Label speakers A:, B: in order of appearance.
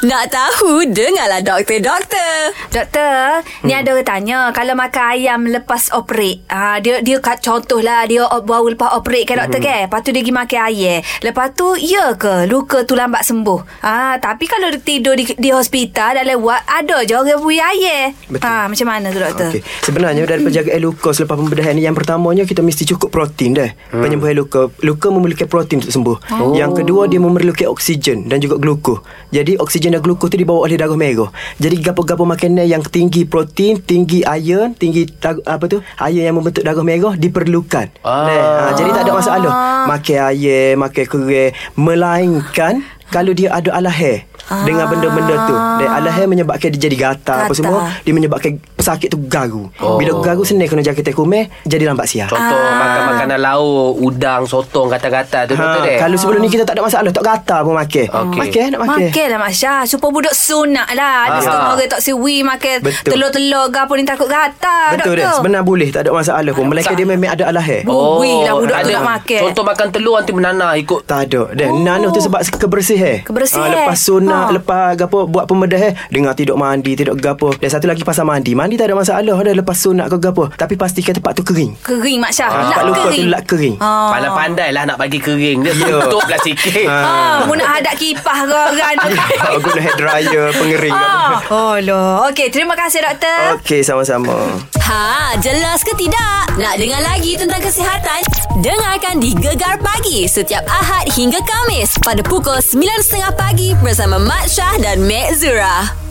A: Nak tahu, dengarlah doktor, doktor.
B: Doktor, hmm. ni ada orang tanya kalau makan ayam lepas operate. Ha, dia dia kat contohlah dia op- baru lepas operate kan doktor hmm. kan. Lepas tu dia pergi makan ayam. Lepas tu ya ke luka tu lambat sembuh. Ah, ha, tapi kalau dia tidur di, di hospital dalam wad ada je orang bui ayam.
C: Betul.
B: Ha, macam mana tu doktor?
C: Okey. Sebenarnya
D: Hmm.
C: daripada jaga luka selepas pembedahan ni yang pertamanya kita mesti cukup protein dah. Hmm. Penyembuhan luka. Luka memerlukan protein untuk sembuh. Oh. Yang kedua dia memerlukan oksigen dan juga gluko. Jadi oksigen dan gluko tu dibawa oleh darah merah. Jadi gapo-gapo makanan yang tinggi protein, tinggi iron, tinggi tar- apa tu? Iron yang membentuk darah merah diperlukan.
D: Ah.
C: Nah, ha, jadi tak ada masalah.
B: Ah.
C: Makan ayam, makan kerang melainkan kalau dia ada alahai dengan benda-benda tu dan alahai menyebabkan dia jadi gatal
B: Ah.
C: apa
B: Gatal.
C: semua dia menyebabkan pesakit tu garu oh. bila garu senang kena jaga teh kumeh jadi lambat siap
E: Contoh ah. makan makanan lauk, udang, sotong, kata-kata tu betul dek.
C: Ha, kalau sebelum ni kita tak ada masalah Tak gatal pun makan
E: Okey.
C: Makan
A: Eh,
C: nak makan
B: Makan lah Mak Syah Supaya budak sunat lah Ada
E: Ah.
B: setengah orang tak siwi Makan
C: Betul.
B: telur-telur ke apa ni takut gatal doktor.
C: Betul dah Sebenarnya boleh Tak ada masalah pun Melainkan dia memang ada alahai
B: Bui lah budak tu
E: Oh, ada-
B: nak makan.
E: Contoh makan telur nanti menanah ikut
C: Tak ada Dan oh. nano tu sebab kebersihan
B: Kebersihan.
C: Ah, Lepas sunat
B: Ha.
C: ha. Lepas gapo Buat pembedah eh Dengar tidak mandi Tidak gapo Dan satu lagi pasal mandi Mandi tak ada masalah dah Lepas sunat ke gapo Tapi pastikan tempat tu kering
B: Kering Mak Syah Lap
C: Ah, Tempat luka tu
B: kering
C: lak kering
E: ah. Pandai-pandai lah nak bagi kering Dia
B: Ya.
E: tutup lah sikit
B: Ah, mu nak hadap kipas ke orang tu.
C: Ah, Guna hair dryer Pengering
B: Ah. Oh loh. Okey, terima kasih doktor.
C: Okey sama-sama
A: Ha, jelas ke tidak? Nak dengar lagi tentang kesihatan? Dengarkan di Gegar Pagi setiap Ahad hingga Kamis pada pukul 9.30 pagi bersama Mat Syah dan Mek Zura.